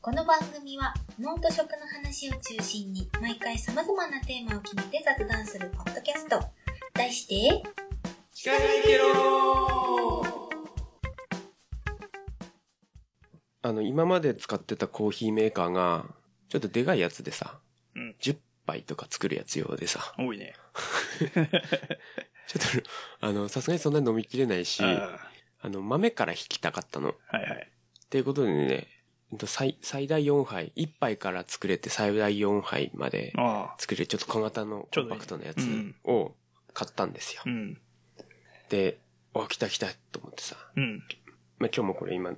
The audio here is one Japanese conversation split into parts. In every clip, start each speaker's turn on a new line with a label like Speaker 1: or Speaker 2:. Speaker 1: この番組は脳と食の話を中心に毎回様々なテーマを決めて雑談するポッドキャスト題して
Speaker 2: 聞かないけろあの、今まで使ってたコーヒーメーカーが、ちょっとでかいやつでさ、
Speaker 3: うん
Speaker 2: 10杯とか作るやつ用でさ、
Speaker 3: 多いね。
Speaker 2: ちょっと、 あの、さすがにそんなに飲みきれないし、
Speaker 3: あ
Speaker 2: あの、豆から引きたかったの。っ
Speaker 3: あはいはい。
Speaker 2: ていうことでね、うんと最最大4杯、1杯から作れて最大4杯まで
Speaker 3: ああ。
Speaker 2: 作れるちょっと小型の
Speaker 3: ちょう
Speaker 2: コン
Speaker 3: どい
Speaker 2: パ
Speaker 3: い
Speaker 2: クトなやつ
Speaker 3: うん
Speaker 2: を買ったんですよ
Speaker 3: う。ん。
Speaker 2: で、あ、来た来たと思ってさ、
Speaker 3: うん。
Speaker 2: まあ、今日もこれ今、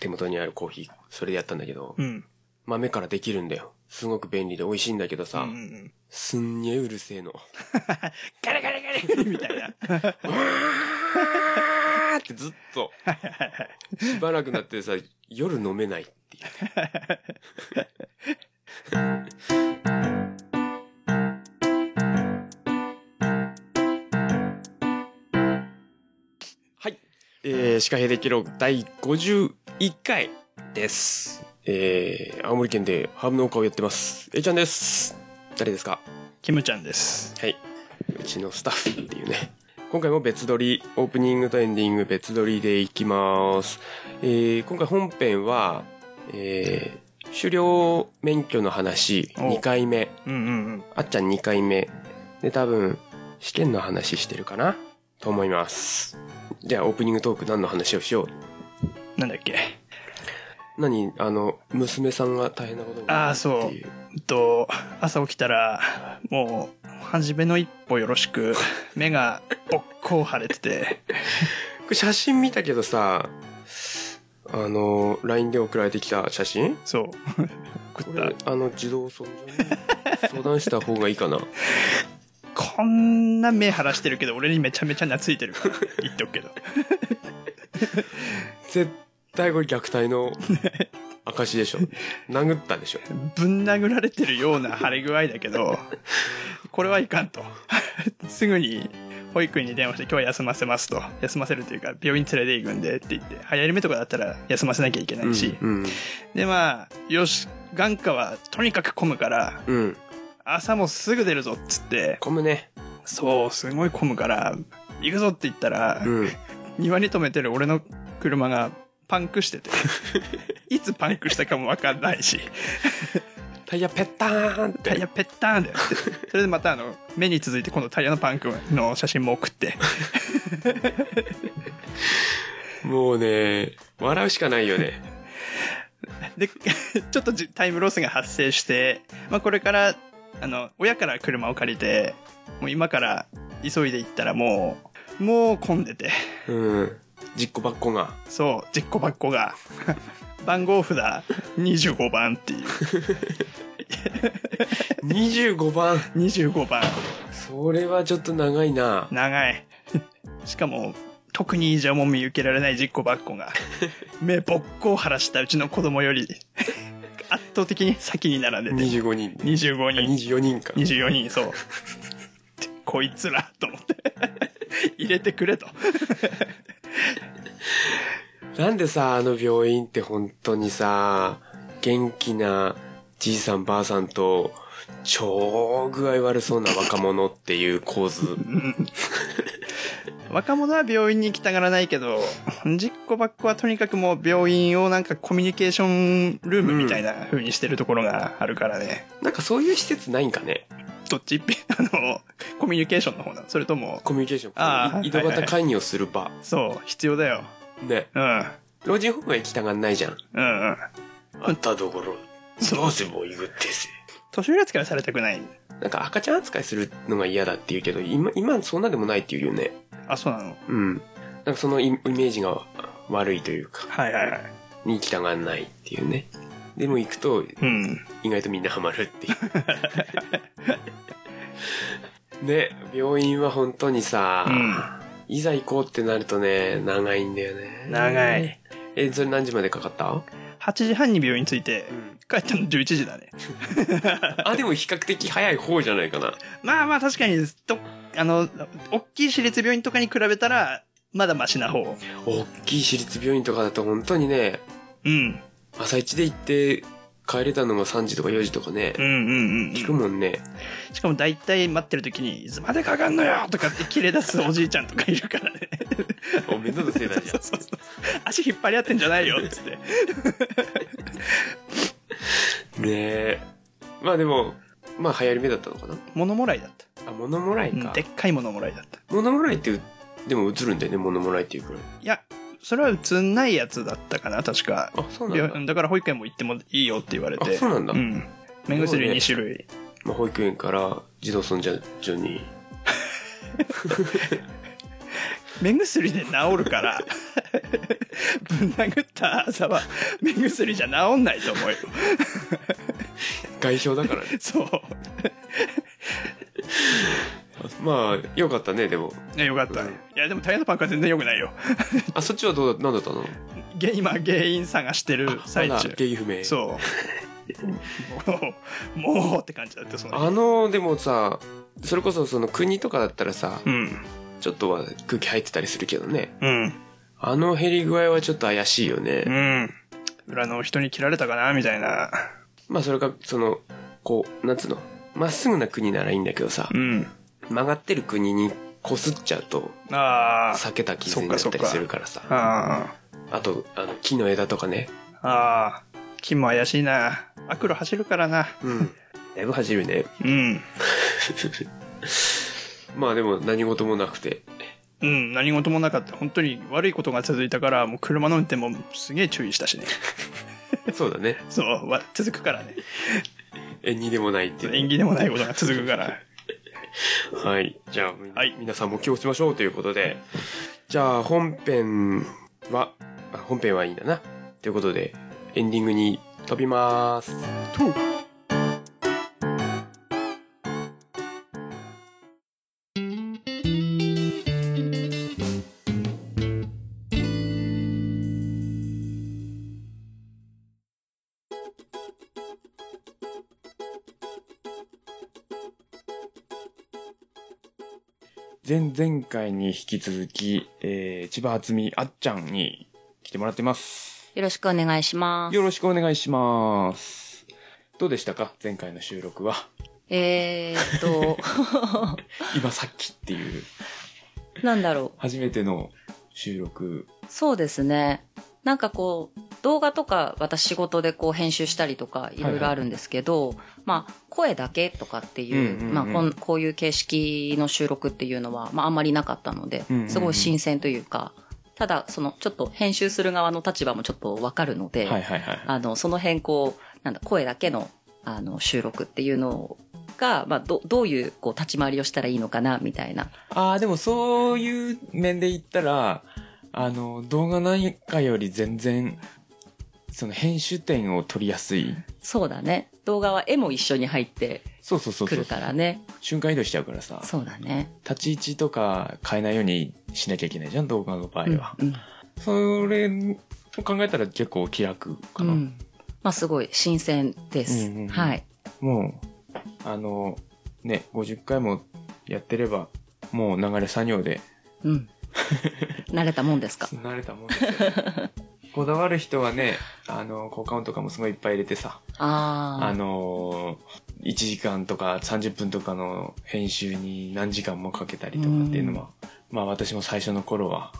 Speaker 2: 手元にあるコーヒー、それでやったんだけど、
Speaker 3: うん。
Speaker 2: 豆からできるんだよ。すごく便利で美味しいんだけどさ、
Speaker 3: うんうんうん。
Speaker 2: すんげえうるせえの。
Speaker 3: ガリガリガリガ リみたいな。
Speaker 2: あーってずっと、しばらくなってさ、夜飲めないっていう。はい。えー、歯科平で記録第51回です。えー、青森県でハーブ農家をやってます。えいちゃんです。誰ですか
Speaker 3: キムちゃんです。
Speaker 2: はい。うちのスタッフっていうね。今回も別撮り、オープニングとエンディング別撮りでいきます。えー、今回本編は、えー、狩猟免許の話、
Speaker 3: お
Speaker 2: 2回目。
Speaker 3: うんうんうん。
Speaker 2: あっちゃん2回目。で、多分、試験の話してるかなと思います。じゃあ、オープニングトーク何の話をしよう。
Speaker 3: なんだっけ。
Speaker 2: 何あの、娘さんが大変なことに
Speaker 3: あ
Speaker 2: な
Speaker 3: あ、
Speaker 2: るっ
Speaker 3: そ
Speaker 2: ていう。
Speaker 3: う。うんと、朝起きたら、もう、初めの一歩よろしく、目が、ぼっこう腫れてて、
Speaker 2: これ写真見たけどさ、あの、LINE で送られてきた写真
Speaker 3: そう。
Speaker 2: こ
Speaker 3: 送っ
Speaker 2: れ
Speaker 3: た。
Speaker 2: あの児童相談所に相談した方がいいかな
Speaker 3: こんな目腫らしてるけど、俺にめちゃめちゃ懐いてるから、言っておくけど。
Speaker 2: 絶対これ虐待 の証でしょ殴ったでしょ
Speaker 3: ぶん殴られてるような腫れ具合だけど、 これはいかんと。 すぐに保育園に電話して今日は休ませますと。休ませるというか病院連れて行くんでって言って、流行り目とかだったら休ませなきゃいけないし。
Speaker 2: うん
Speaker 3: でまあ、よし、眼科はとにかく混むから、
Speaker 2: うん、うん、
Speaker 3: 朝もすぐ出るぞっつって、
Speaker 2: 混むね
Speaker 3: そう、すごい混むから、行くぞって言ったら、
Speaker 2: うん
Speaker 3: 庭に止めてる俺の車がパンクして て、いつパンクしたかもわかんないし。
Speaker 2: タイヤペッターンっ
Speaker 3: タイ
Speaker 2: て
Speaker 3: ヤペッターンだよ ってそれでまたあの目に続いて今度タイヤのパンクの写真も送って
Speaker 2: もうね笑うしかないよね
Speaker 3: で ちょっとじタイムロスが発生して、まあ、これからあの親から車を借りてもう今から急いで行ったらもうもう混んでて
Speaker 2: うん実行ばっこ が
Speaker 3: そう実行ばっこが 番号札25番っていう
Speaker 2: 25番
Speaker 3: 25番
Speaker 2: それはちょっと長いな
Speaker 3: 長いしかも特に異常も見受けられない実行ばっこが目ぼっこを晴らしたうちの子供より圧倒的に先に並んでて
Speaker 2: 25人あ
Speaker 3: 25人
Speaker 2: 24人か
Speaker 3: 24人そうこいつらと思って入れてくれと
Speaker 2: なんでさあの病院って本当にさ元気なじいさんばあさんと超具合悪そうな若者っていう構図
Speaker 3: 若者は病院に行きたがらないけど実行ばっこはとにかくもう病院をなんかコミュニケーションルームみたいな風にしてるところがあるからね、
Speaker 2: なんかそういう施設ないんかね
Speaker 3: どっち 一品あのコミュニケーションの方だそれとも
Speaker 2: コミュニケーション
Speaker 3: ああ
Speaker 2: 井戸端会議をする場、
Speaker 3: そう必要だよ
Speaker 2: ね
Speaker 3: うん
Speaker 2: 老人ホームは行きたがんないじゃん
Speaker 3: うんうん
Speaker 2: あんたどころどうせもう行くってせ
Speaker 3: 年寄り扱いはされたくない
Speaker 2: なんか赤ちゃん扱いするのが嫌だって言うけど今今そんなでもないっていうよね
Speaker 3: あそうなの
Speaker 2: うんなんかそのイイメージが悪いというか
Speaker 3: はいはいはい
Speaker 2: に行きたがんないっていうねでも行くと
Speaker 3: うん
Speaker 2: 意外とみんなハマるっていうね病院は本当にさ、いざ行こうってなるとね長いんだよね
Speaker 3: 長い
Speaker 2: えそれ何時までかかった、
Speaker 3: 8時半に病院着いて
Speaker 2: ん、
Speaker 3: 帰ったの11時だね
Speaker 2: あでも比較的早い方じゃないかな
Speaker 3: まあまあ確かにとあの大きい私立病院とかに比べたらまだマシな方
Speaker 2: 大きい私立病院とかだと本当にね
Speaker 3: うん
Speaker 4: 朝一で行って帰れたのが3時とか4時とかね
Speaker 3: う、んうんうん
Speaker 4: 聞くもんね
Speaker 3: しかも大体待ってる時に「いつまでかかんのよ!」とかって切れ出すおじいちゃんとかいるからね
Speaker 4: お面倒なせいだじゃ
Speaker 3: そ
Speaker 4: ん
Speaker 3: うそうそう足引っ張り合ってんじゃないよっつって
Speaker 4: ねえまあでもまあ流行り目だったのかな
Speaker 3: 物もらいだった、
Speaker 4: あ物もらい
Speaker 3: うん
Speaker 4: か
Speaker 3: でっかい物もらいだった
Speaker 4: 物もらいってでも映るんだよね物もらいっていうくらい
Speaker 3: いやそれは映んないやつだったかな確か
Speaker 4: あそうなん
Speaker 3: 病
Speaker 4: だ
Speaker 3: だから保育園も行ってもいいよって言われ
Speaker 4: あ
Speaker 3: て
Speaker 4: そうなんだ、
Speaker 3: うん目薬2種類、
Speaker 4: まあ、保育園から児童村長に
Speaker 3: 目薬で治るからぶん殴った朝は目薬じゃ治んないと思うよ
Speaker 4: 外傷だからね
Speaker 3: そう
Speaker 4: まあよかったねでも
Speaker 3: いやよかった、
Speaker 4: うん
Speaker 3: いやでもタイヤのパンクは全然よくないよ
Speaker 4: あそっちはどうだ何だったの
Speaker 3: げ今原因探してる最
Speaker 4: まだ
Speaker 3: 中
Speaker 4: 原因不明
Speaker 3: そうもうもうって感じだったその
Speaker 4: あのでもさそれこそその国とかだったらさ
Speaker 3: うん
Speaker 4: ちょっとは空気入ってたりするけどね
Speaker 3: うん
Speaker 4: あの減り具合はちょっと怪しいよ
Speaker 3: う
Speaker 4: ね、
Speaker 3: ん裏の人に切られたかなみたいな
Speaker 4: まあそれかそのこうなんつうのまっすぐな国ならいいんだけどさ
Speaker 3: うん
Speaker 4: 曲がってる国にこすっちゃうと
Speaker 3: あー
Speaker 4: 避けた傷になったりするからさ
Speaker 3: あ
Speaker 4: あとあの木の枝とかね
Speaker 3: ーあー金も怪しいなアクロ走るからな
Speaker 4: うんだいぶ走るね
Speaker 3: うん
Speaker 4: まあでも何事もなくて
Speaker 3: うん、何事もなかった。本当に悪いことが続いたから、もう車の運転もすげえ注意したし ね。
Speaker 4: そうだね
Speaker 3: そう、わ続くからね。
Speaker 4: 縁起でもないっていう
Speaker 3: 縁起でもないことが続くから。
Speaker 4: はい。じゃあ、み
Speaker 3: はい
Speaker 4: 皆さんも気をつけましょうということで。じゃあ、本編は、あ本編はいいんだな。ということで、エンディングに飛びます。
Speaker 3: と
Speaker 2: 前々回に引き続き、えー、千葉厚美あっちゃんに来てもらってます。
Speaker 5: よろしくお願いします
Speaker 2: よ。ろしくお願いします。どうでしたか前回の収録は。
Speaker 5: えーっと、
Speaker 2: 今さっきっていう、
Speaker 5: なんだろ
Speaker 2: 初めての収録。
Speaker 5: う。そうですね。なんかこう、動画とか私仕事でこう編集したりとかいろいろあるんですけど、まあ声だけとかっていう、
Speaker 2: うんうんうん
Speaker 5: まあこんこういう形式の収録っていうのは、まああんまりなかったので、
Speaker 2: うんうんうん
Speaker 5: すごい新鮮というか、ただそのちょっと編集する側の立場もちょっとわかるので、
Speaker 2: はいはいはい。
Speaker 5: あの、その辺こう、なんだ、声だけの、あの、収録っていうのが、まあ、ど、どういう、こう、立ち回りをしたらいいのかな、みたいな。
Speaker 2: ああ、でもそういう面で言ったら、あの、動画なんかより全然、その編集点を取りやすい。
Speaker 5: そうだね。動画は絵も一緒に入って
Speaker 2: そうそうそう
Speaker 5: く
Speaker 2: そ
Speaker 5: る
Speaker 2: う。
Speaker 5: からね。
Speaker 2: 瞬間移動しちゃうからさ。
Speaker 5: そうだね。
Speaker 2: 立ち位置とか変えないようにしなきゃいけないじゃん動画の場合は、
Speaker 5: うんうん
Speaker 2: それを考えたら結構気楽かな、
Speaker 5: うんまあ、すごい、新鮮です。
Speaker 2: うんうんうん
Speaker 5: はい。
Speaker 2: もうあのね50回もやってればもう流れ作業で
Speaker 5: うん。慣れたもんですか。
Speaker 2: 慣れたもんですよ こだわる人はねあの効果音とかもすごいいっぱい入れてさ
Speaker 5: ああ。
Speaker 2: あの1時間とか30分とかの編集に何時間もかけたりとかっていうのは、まあ私も最初の頃は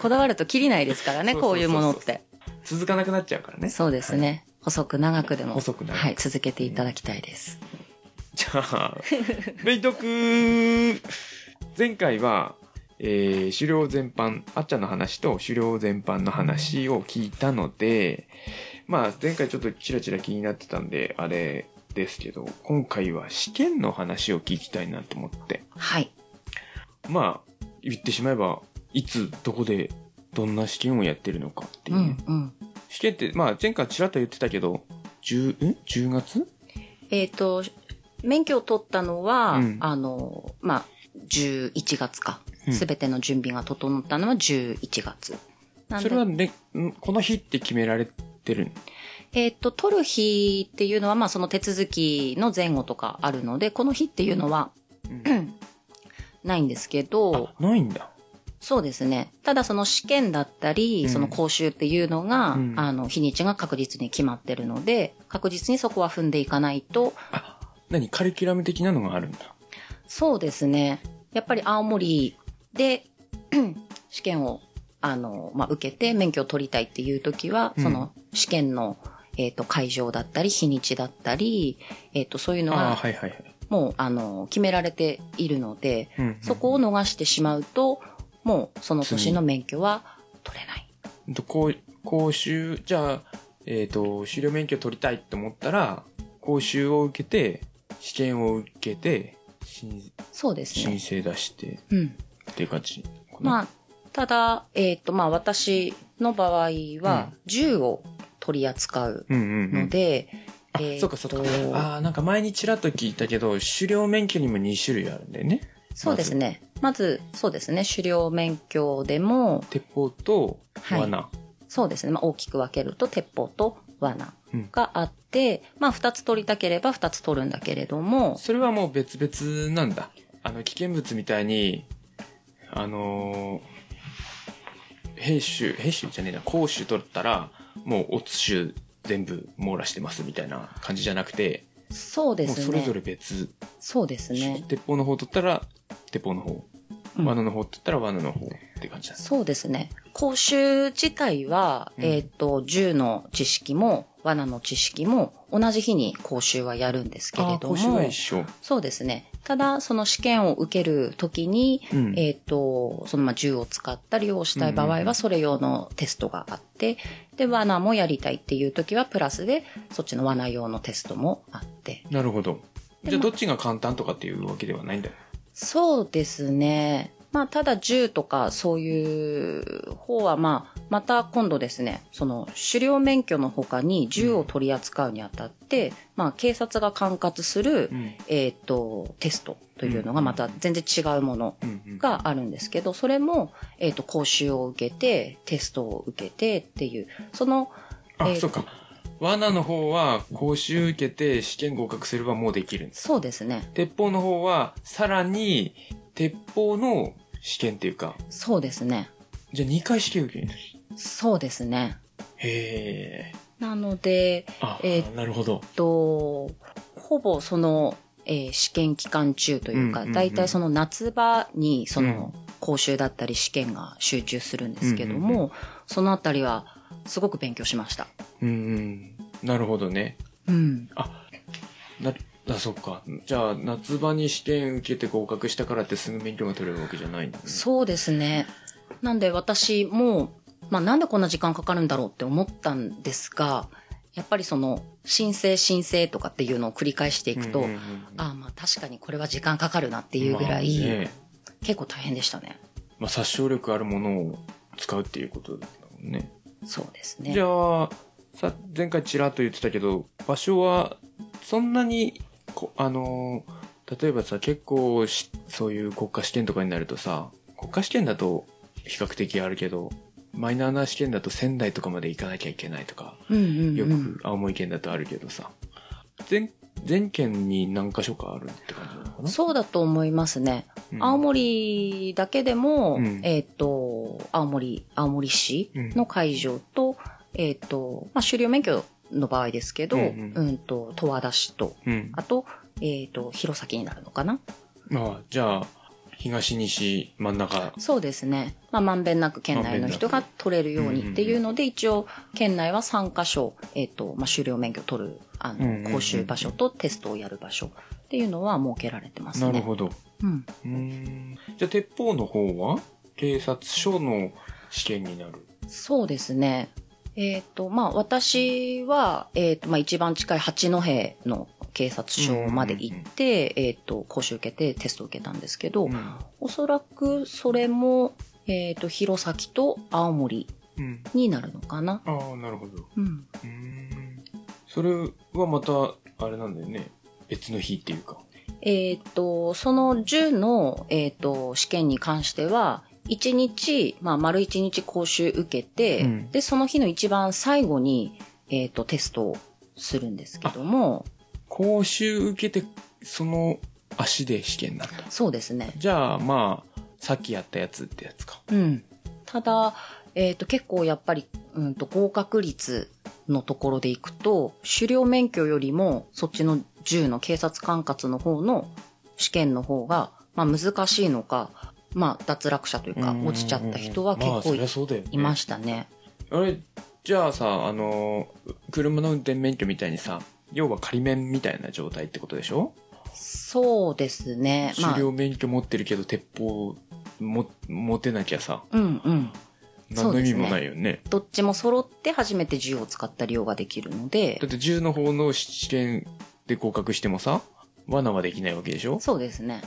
Speaker 5: こだわると切りないですからね、
Speaker 2: そうそう
Speaker 5: こ
Speaker 2: そうそう
Speaker 5: ういうものって。
Speaker 2: 続かなくなっちゃうからね
Speaker 5: そうですね。細く長くでも。
Speaker 2: 細く長く
Speaker 5: はい、続けていただきたいです。
Speaker 2: じゃあ、 レイトくん前回は、えー、狩猟全般、あっちゃんの話と狩猟全般の話を聞いたので、まあ前回ちょっとチラチラ気になってたんで、あれですけど、今回は試験の話を聞きたいなと思って。
Speaker 5: はい。
Speaker 2: まあ、言ってしまえば、いつ、どこで、どんな試験をやってるのかっていううね、
Speaker 5: ん、うん。
Speaker 2: 試験って、まあ前回ちらっと言ってたけど、10、ん ?10 月
Speaker 5: えっ、と、免許を取ったのは、
Speaker 2: うん
Speaker 5: あの、まあ、11月か
Speaker 2: う。ん
Speaker 5: すべての準備が整ったのは11月。なん
Speaker 2: そ
Speaker 5: で
Speaker 2: れはね、んこの日って決められてるん
Speaker 5: えっ、と、取る日っていうのは、まあ、その手続きの前後とかあるので、この日っていうのは
Speaker 2: うん
Speaker 5: ないんですけど、
Speaker 2: あないんだ
Speaker 5: そうですね。ただその試験だったり、
Speaker 2: うん
Speaker 5: その講習っていうのが、
Speaker 2: うん
Speaker 5: あの、日にちが確実に決まってるので、確実にそこは踏んでいかないと、
Speaker 2: 何カリキュラム的なのがあるんだ。
Speaker 5: そうですね。やっぱり青森で、 試験を、あの、まあ、受けて免許を取りたいっていう時は、
Speaker 2: うん
Speaker 5: その試験の、えっ、と、会場だったり、日にちだったり、えっ、と、そういうの
Speaker 2: ああ、
Speaker 5: は、
Speaker 2: はいはいはい。
Speaker 5: もう、あの、決められているので、
Speaker 2: うんうん
Speaker 5: そこを逃してしまうと、もう、その年の免許は取れない。
Speaker 2: うんとこう講習、じゃあ、えっ、と、狩猟免許取りたいと思ったら、講習を受けて、試験を受けて、申
Speaker 5: そうです
Speaker 2: 申
Speaker 5: ね。
Speaker 2: 請出して
Speaker 5: うん。
Speaker 2: っていう感じかな。
Speaker 5: まあ、ただ、えっ、と、まあ、私の場合は、銃を取り扱う
Speaker 2: うんうんう
Speaker 5: の
Speaker 2: ん。
Speaker 5: で、
Speaker 2: あ、
Speaker 5: えー
Speaker 2: そっかそっか
Speaker 5: と。
Speaker 2: ああ、なんか前にちらっと聞いたけど、狩猟免許にも2種類あるんだよね。
Speaker 5: そうですね。まず、そうですね。狩猟免許でも、
Speaker 2: 鉄砲と
Speaker 5: はい
Speaker 2: 罠。
Speaker 5: そうですね。まあ、大きく分けると、鉄砲と罠があって、まあ、二つ取りたければ二つ取るんだけれども、
Speaker 2: それはもう別々なんだ。あの、危険物みたいに、あのー兵種、兵種じゃねえな、攻守取ったら、もう、オツ種全部網羅してますみたいな感じじゃなくて、
Speaker 5: そうで
Speaker 2: もう
Speaker 5: すね。
Speaker 2: それぞれ別、
Speaker 5: そうですね。
Speaker 2: 鉄砲の方取ったら、鉄砲の方、
Speaker 5: うん
Speaker 2: 罠の方取ったら罠の方って感じだ。
Speaker 5: そうですね。講習自体は、
Speaker 2: うん
Speaker 5: えっ、と、銃の知識も、罠の知識も、同じ日に講習はやるんですけ
Speaker 2: あ
Speaker 5: れ
Speaker 2: あ、
Speaker 5: ども
Speaker 2: 講、習は一緒。
Speaker 5: そうですね。ただ、その試験を受けるときに、
Speaker 2: うん
Speaker 5: えっ、と、そのまあ銃を使ったりをしたい場
Speaker 2: うんう
Speaker 5: 合
Speaker 2: んうん
Speaker 5: は、それ用のテストがあって、で、罠もやりたいっていうときは、プラスで、そっちの罠用のテストもあって。
Speaker 2: なるほど。
Speaker 5: で
Speaker 2: じゃあ、
Speaker 5: ま
Speaker 2: ど
Speaker 5: あ
Speaker 2: っちが簡単とかっていうわけではないんだよ。
Speaker 5: そうですね。まあ、ただ銃とかそういう方は、まあ、また今度ですね、その狩猟免許の他に銃を取り扱うにあたって、まあ、警察が管轄する、
Speaker 2: ん。
Speaker 5: えっ、と、テストというのがまた全然違うもの
Speaker 2: うんうん、
Speaker 5: があるんですけど、それも、えっ、と、講習を受けて、テストを受けてっていう、その、
Speaker 2: あ、
Speaker 5: えー
Speaker 2: そっか。罠の方は、講習受けて試験合格すればもうできるんです。
Speaker 5: そうですね、
Speaker 2: 鉄砲の方は、さらに、鉄砲の試験っていうか、
Speaker 5: そうですね、
Speaker 2: じゃあ2回試験受けるんです。
Speaker 5: そうですね。
Speaker 2: へえ。
Speaker 5: なので、
Speaker 2: あ、
Speaker 5: えー
Speaker 2: なるほど。
Speaker 5: えっと、ほぼその、えー試験期間中という
Speaker 2: う
Speaker 5: か、
Speaker 2: んうんうん
Speaker 5: だいたいその夏場にその
Speaker 2: う
Speaker 5: 講習だったり試験が集中するんですけど
Speaker 2: うんうん
Speaker 5: も、そのあたりはすごく勉強しました。
Speaker 2: うんうん。なるほどね。
Speaker 5: うん。
Speaker 2: な、あ、そっか。じゃあ、夏場に試験受けて合格したからってすぐ免許が取れるわけじゃないんだね。
Speaker 5: そうですね。なんで私も、まあなんでこんな時間かかるんだろうって思ったんですが、やっぱりその申請申請とかっていうのを繰り返していくと、
Speaker 2: んんん
Speaker 5: ああまあ確かにこれは時間かかるなっていうぐらい、
Speaker 2: まあね
Speaker 5: 結構大変でしたね。
Speaker 2: まあ、殺傷力あるものを使うっていうことだもんね。
Speaker 5: そうですね。
Speaker 2: じゃあ、さ、前回ちらっと言ってたけど、場所は、そんなに、こあのー、例えばさ、結構し、そういう国家試験とかになるとさ、国家試験だと比較的あるけど、マイナーな試験だと仙台とかまで行かなきゃいけないとか、
Speaker 5: うんうんうん、
Speaker 2: よく青森県だとあるけどさ、全、全県に何箇所かあるって感じなのかな
Speaker 5: そうだと思いますね。
Speaker 2: うん
Speaker 5: 青森だけでも、
Speaker 2: うん
Speaker 5: えっ、と、青森、青森市
Speaker 2: うん
Speaker 5: の会場と、えっ、と、まあ、狩猟免許の場合ですけど、
Speaker 2: う
Speaker 5: うんん、
Speaker 2: うん
Speaker 5: と、十和田市と、
Speaker 2: うん。
Speaker 5: あと、えっ、と、弘前になるのかな
Speaker 2: あ、じゃあ、東西真ん中。
Speaker 5: そうですね。まあ、まんべんなく県内の人が取れるようにっていうので、一応、県内は3カ所、えっ、と、まあ、狩猟免許取る、あ
Speaker 2: うんうんうん
Speaker 5: の、講習場所とテストをやる場所っていうのは設けられてますね。
Speaker 2: なるほど。
Speaker 5: うん。
Speaker 2: うーんじゃあ鉄砲の方は警察署の試験になる。
Speaker 5: そうですね。えっ、と、まあ、私は、えっ、と、まあ、一番近い八戸の警察署まで行って、えっ、と、講習受けてテスト受けたんですけど、おそらくそれも、えっ、と、弘前と青森
Speaker 2: うん
Speaker 5: になるのかな。
Speaker 2: ああなるほど。
Speaker 5: うん。
Speaker 2: うーんそれはまたあれなんだよね別の日っていうか。
Speaker 5: えっ、と、その10の、えっ、と、試験に関しては、1日、まあ、丸1日講習受けて、
Speaker 2: うん
Speaker 5: で、その日の一番最後に、えっ、と、テストをするんですけども、
Speaker 2: 講習受けてその足で試験なんだ。
Speaker 5: そうですね。
Speaker 2: じゃあまあ
Speaker 4: さっきやったやつってやつか。
Speaker 5: うん、ただ、えー、と結構やっぱり、うん、と合格率のところでいくと狩猟免許よりもそっちの銃の警察管轄の方の試験の方が、まあ、難しいのか、まあ、脱落者というか
Speaker 2: うん
Speaker 5: 落ちちゃった人は結
Speaker 4: まあ、
Speaker 5: 構
Speaker 4: そりゃ
Speaker 5: い
Speaker 4: そうだよね。
Speaker 5: いましたね。
Speaker 2: あれじゃあさあの車の運転免許みたいにさ要は仮免みたいな状態ってことでしょ、
Speaker 5: そうですね、まあ
Speaker 2: 狩猟免許持ってるけど鉄砲も持てなきゃさ
Speaker 5: うんうん、
Speaker 2: 何の意味も
Speaker 5: そうですね
Speaker 2: ないよね
Speaker 5: どっちも揃って初めて銃を使った量ができるので
Speaker 2: だって銃の方の試験で合格してもさ罠はできないわけでしょ
Speaker 5: そうですね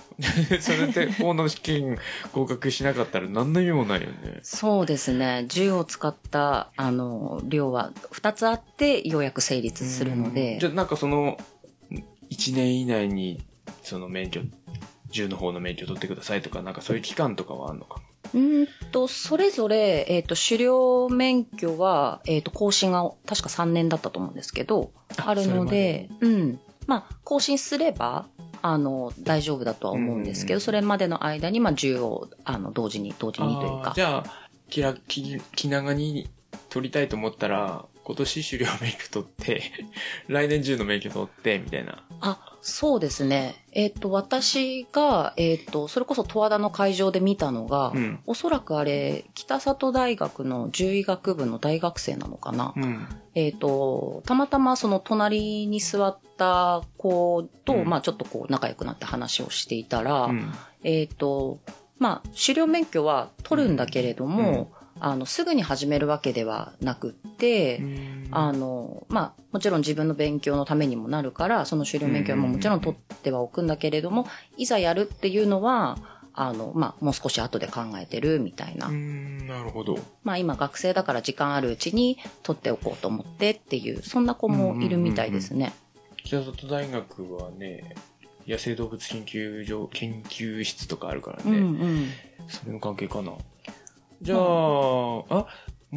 Speaker 2: それで砲の試験合格しなかったら何の意味もないよね
Speaker 5: そうですね銃を使ったあの量は2つあってようやく成立するので
Speaker 2: じゃあなんかその1年以内にその免許銃の方の免許取ってくださいとかなんかそういう期間とかはあるのか
Speaker 5: うーんとそれぞれ、えー、と狩猟免許は、えー、と更新が確か3年だったと思うんですけど
Speaker 2: あ
Speaker 5: あるのでうんまあ、更新すればあの大丈夫だとは思うんですけ
Speaker 2: う
Speaker 5: ど、
Speaker 2: ん
Speaker 5: それまでの間に、まあ、銃をあの同時に同時にという
Speaker 2: あー
Speaker 5: か
Speaker 2: じゃあ気ら気気長に取りたいと思ったら今年狩猟免許取って 来年銃の免許取ってみたいな
Speaker 5: あ、そうですね。えっ、と、私が、えっ、と、それこそ十和田の会場で見たのが、
Speaker 2: うん
Speaker 5: おそらくあれ、北里大学の獣医学部の大学生なのかな。
Speaker 2: うん
Speaker 5: えっ、と、たまたまその隣に座った子と、
Speaker 2: うん
Speaker 5: まあちょっとこう仲良くなって話をしていたら、
Speaker 2: うん
Speaker 5: えっ、と、まあ狩猟免許は取るんだけれども、あの、すぐに始めるわけではなくって、あの、まあ、もちろん自分の勉強のためにもなるから、その修了免許ももちろん取ってはおくんだけれども、いざやるっていうのは、あの、まあ、もう少し後で考えてるみたいな。
Speaker 2: うんなるほど
Speaker 5: まあ、今学生だから時間あるうちに取っておこうと思ってっていう、そんな子もいるみたいですね。
Speaker 2: 北里大学はね野生動物研究所研究室とかあるから
Speaker 5: うん
Speaker 2: ね、
Speaker 5: うん。
Speaker 2: それの関係かなじゃあ、あも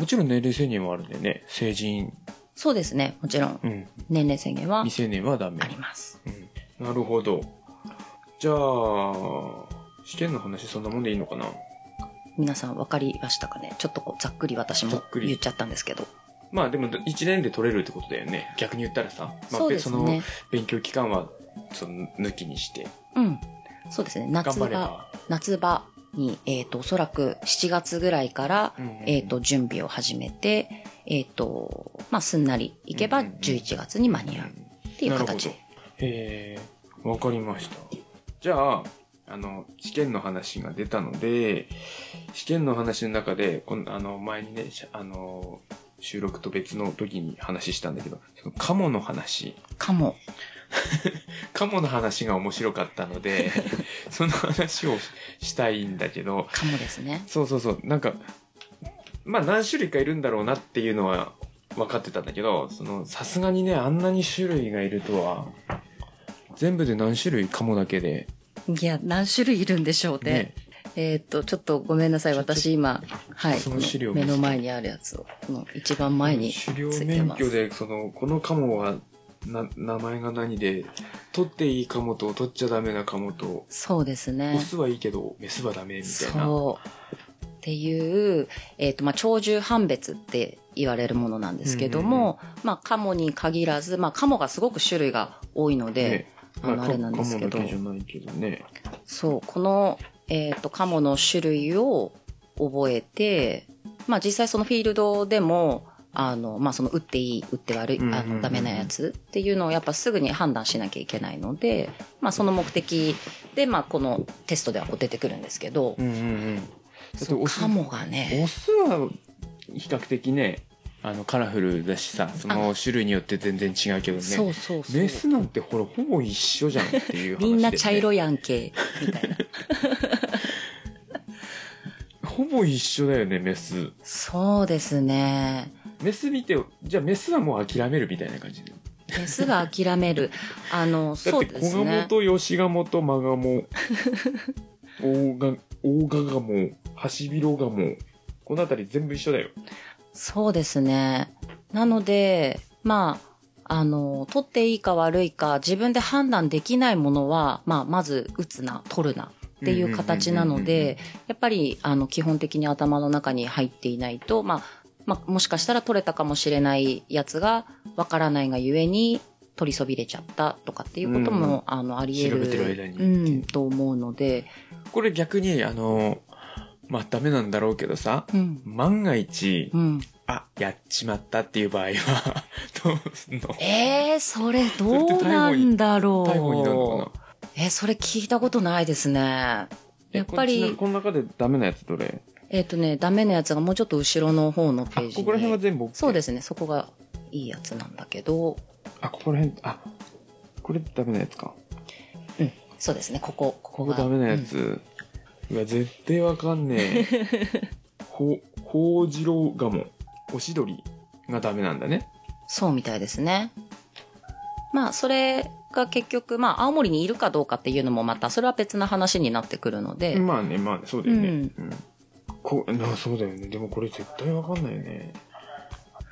Speaker 2: ちろん年齢制限はあるんだよね成人、
Speaker 5: そうですね。もちろん、
Speaker 2: うん、
Speaker 5: 年齢制限は
Speaker 2: 未成年はダメ
Speaker 5: あります。
Speaker 2: なるほど。じゃあ、試験の話そんなもんでいいのかな
Speaker 5: 皆さん分かりましたかねちょっとこう、ざっくり私
Speaker 2: ざ
Speaker 5: も
Speaker 2: っくり
Speaker 5: 言っちゃったんですけど。
Speaker 2: まあでも1年で取れるってことだよね。逆に言ったらさ。まあ、
Speaker 5: そうですね。
Speaker 2: その勉強期間はその抜きにして。
Speaker 5: うん。そうですね。
Speaker 2: 頑
Speaker 5: 夏
Speaker 2: 張れ
Speaker 5: 場
Speaker 2: ば。
Speaker 5: 夏場に、えっ、と、おそらく7月ぐらいから、えっ、と、準備を始めて、えっ、と、まあ、すんなりいけば
Speaker 2: うんうんうん
Speaker 5: 11月に間に合うっていう
Speaker 2: なるほ
Speaker 5: 形
Speaker 2: ど
Speaker 5: で。
Speaker 2: えー、わかりました。じゃあ、あの、試験の話が出たので、試験の話の中で、このあの、前にね、しゃあの、収録と別の時に話したんだけど、その、カモの話。
Speaker 5: かも。
Speaker 2: カモの話が面白かったの で、その話をしたいんだけど、
Speaker 5: かもですね。
Speaker 2: そうそうそう、なんか、まあ何種類かいるんだろうなっていうのは分かってたんだけど、その、さすがにね、あんなに種類がいるとは、全部で何種類カモだけで、
Speaker 5: いや、何種類いるんでしょうね。
Speaker 2: ね、
Speaker 5: えっ、と、ちょっとごめんなさい。
Speaker 2: ちょ
Speaker 5: 私今、はい。
Speaker 2: その資料
Speaker 5: この目の前にあるやつを、この一番前につい
Speaker 2: 狩猟
Speaker 5: て
Speaker 2: 免
Speaker 5: ま
Speaker 2: 許
Speaker 5: す。
Speaker 2: で、その、このカモは、な、名前が何で、取っていいカモと取っちゃダメなカモと、
Speaker 5: そうです
Speaker 2: オ
Speaker 5: ね。
Speaker 2: スはいいけど、メスはダメみたいな。
Speaker 5: そう。っていう、えっ、と、まあ、鳥獣判別って言われるものなんですけども、まあ、カモに限らず、まあ、カモがすごく種類が多いので、
Speaker 2: ね
Speaker 5: あのあれなんですけど
Speaker 2: カモだけじゃないけどね。
Speaker 5: そう、この、えっ、と、カモの種類を覚えて、まあ実際そのフィールドでも、あの、まあその打っていい、打って悪い、
Speaker 2: うんうんうん
Speaker 5: あの、ダメなやつっていうのをやっぱすぐに判断しなきゃいけないので、まあその目的で、まあこのテストではこう出てくるんですけど、
Speaker 2: うんうんうん。だって
Speaker 5: そう
Speaker 2: オス
Speaker 5: カモがね、
Speaker 2: オスは比較的ね、あのカラフルだしさ、その種類によって全然違うけどね。
Speaker 5: そうそうそう。
Speaker 2: メスなんてほらほぼ一緒じゃんっていう話で、ね。
Speaker 5: みんな茶色
Speaker 2: い。
Speaker 5: やんけ、みたいな。
Speaker 2: ほぼ一緒だよねメス。
Speaker 5: そうですね。
Speaker 2: メス見てじゃあメスはもう諦めるみたいな感じで。
Speaker 5: メスが諦める。あの、
Speaker 2: だっ
Speaker 5: そう
Speaker 2: て
Speaker 5: で
Speaker 2: 子
Speaker 5: す
Speaker 2: ガモ
Speaker 5: ね。
Speaker 2: とヨシガモとマガモ、オオガオオガガモ、ハシビロガモ、この辺り全部一緒だよ。
Speaker 5: そうですね。なので、まあ、あの、取っていいか悪いか、自分で判断できないものは、まあ、まず、打つな、取るな、っていう形な
Speaker 2: う
Speaker 5: の
Speaker 2: んうんうんうん
Speaker 5: で、やっぱりあの基本的に頭の中に入っていないと、まあ、まあ、もしかしたら取れたかもしれないやつがわからないがゆえに取りそびれちゃったとかっていうことも、
Speaker 2: うん
Speaker 5: あのあり得る
Speaker 2: 調べてる間に
Speaker 5: うん、と思うので、
Speaker 2: これ逆に、あの、まあダメなんだろうけどさ、
Speaker 5: うん
Speaker 2: 万が一、
Speaker 5: うん、
Speaker 2: あ、やっちまったっていう場合は、 どうすんの
Speaker 5: えー、それどうなんだろう
Speaker 2: 逮捕になるのかな
Speaker 5: えーそれ聞いたことないですね。
Speaker 2: え
Speaker 5: やっぱり、
Speaker 2: こんなこの中でダメなやつどれ
Speaker 5: えっ、とね、ダメなやつがもうちょっと後ろの方のペ
Speaker 2: あ、
Speaker 5: ージ
Speaker 2: こ
Speaker 5: に。
Speaker 2: こら辺は全部 OK
Speaker 5: そうですね、そこがいいやつなんだけど、
Speaker 2: あ、ここら辺、あ、これダメなやつか。
Speaker 5: そうですね、ここ、ここ
Speaker 2: ここ
Speaker 5: が。
Speaker 2: ダメなや
Speaker 5: うん
Speaker 2: つ。うわ、絶対わかんねえ。 ほ、ほうじろうがも、おしどりがダメなんだね。
Speaker 5: そうみたいですね。まあ、それが結局、まあ、青森にいるかどうかっていうのもまた、それは別な話になってくるので、
Speaker 2: まあね、まあね、そうだよね。うんこなそうだよね。でもこれ絶対わかんないよね。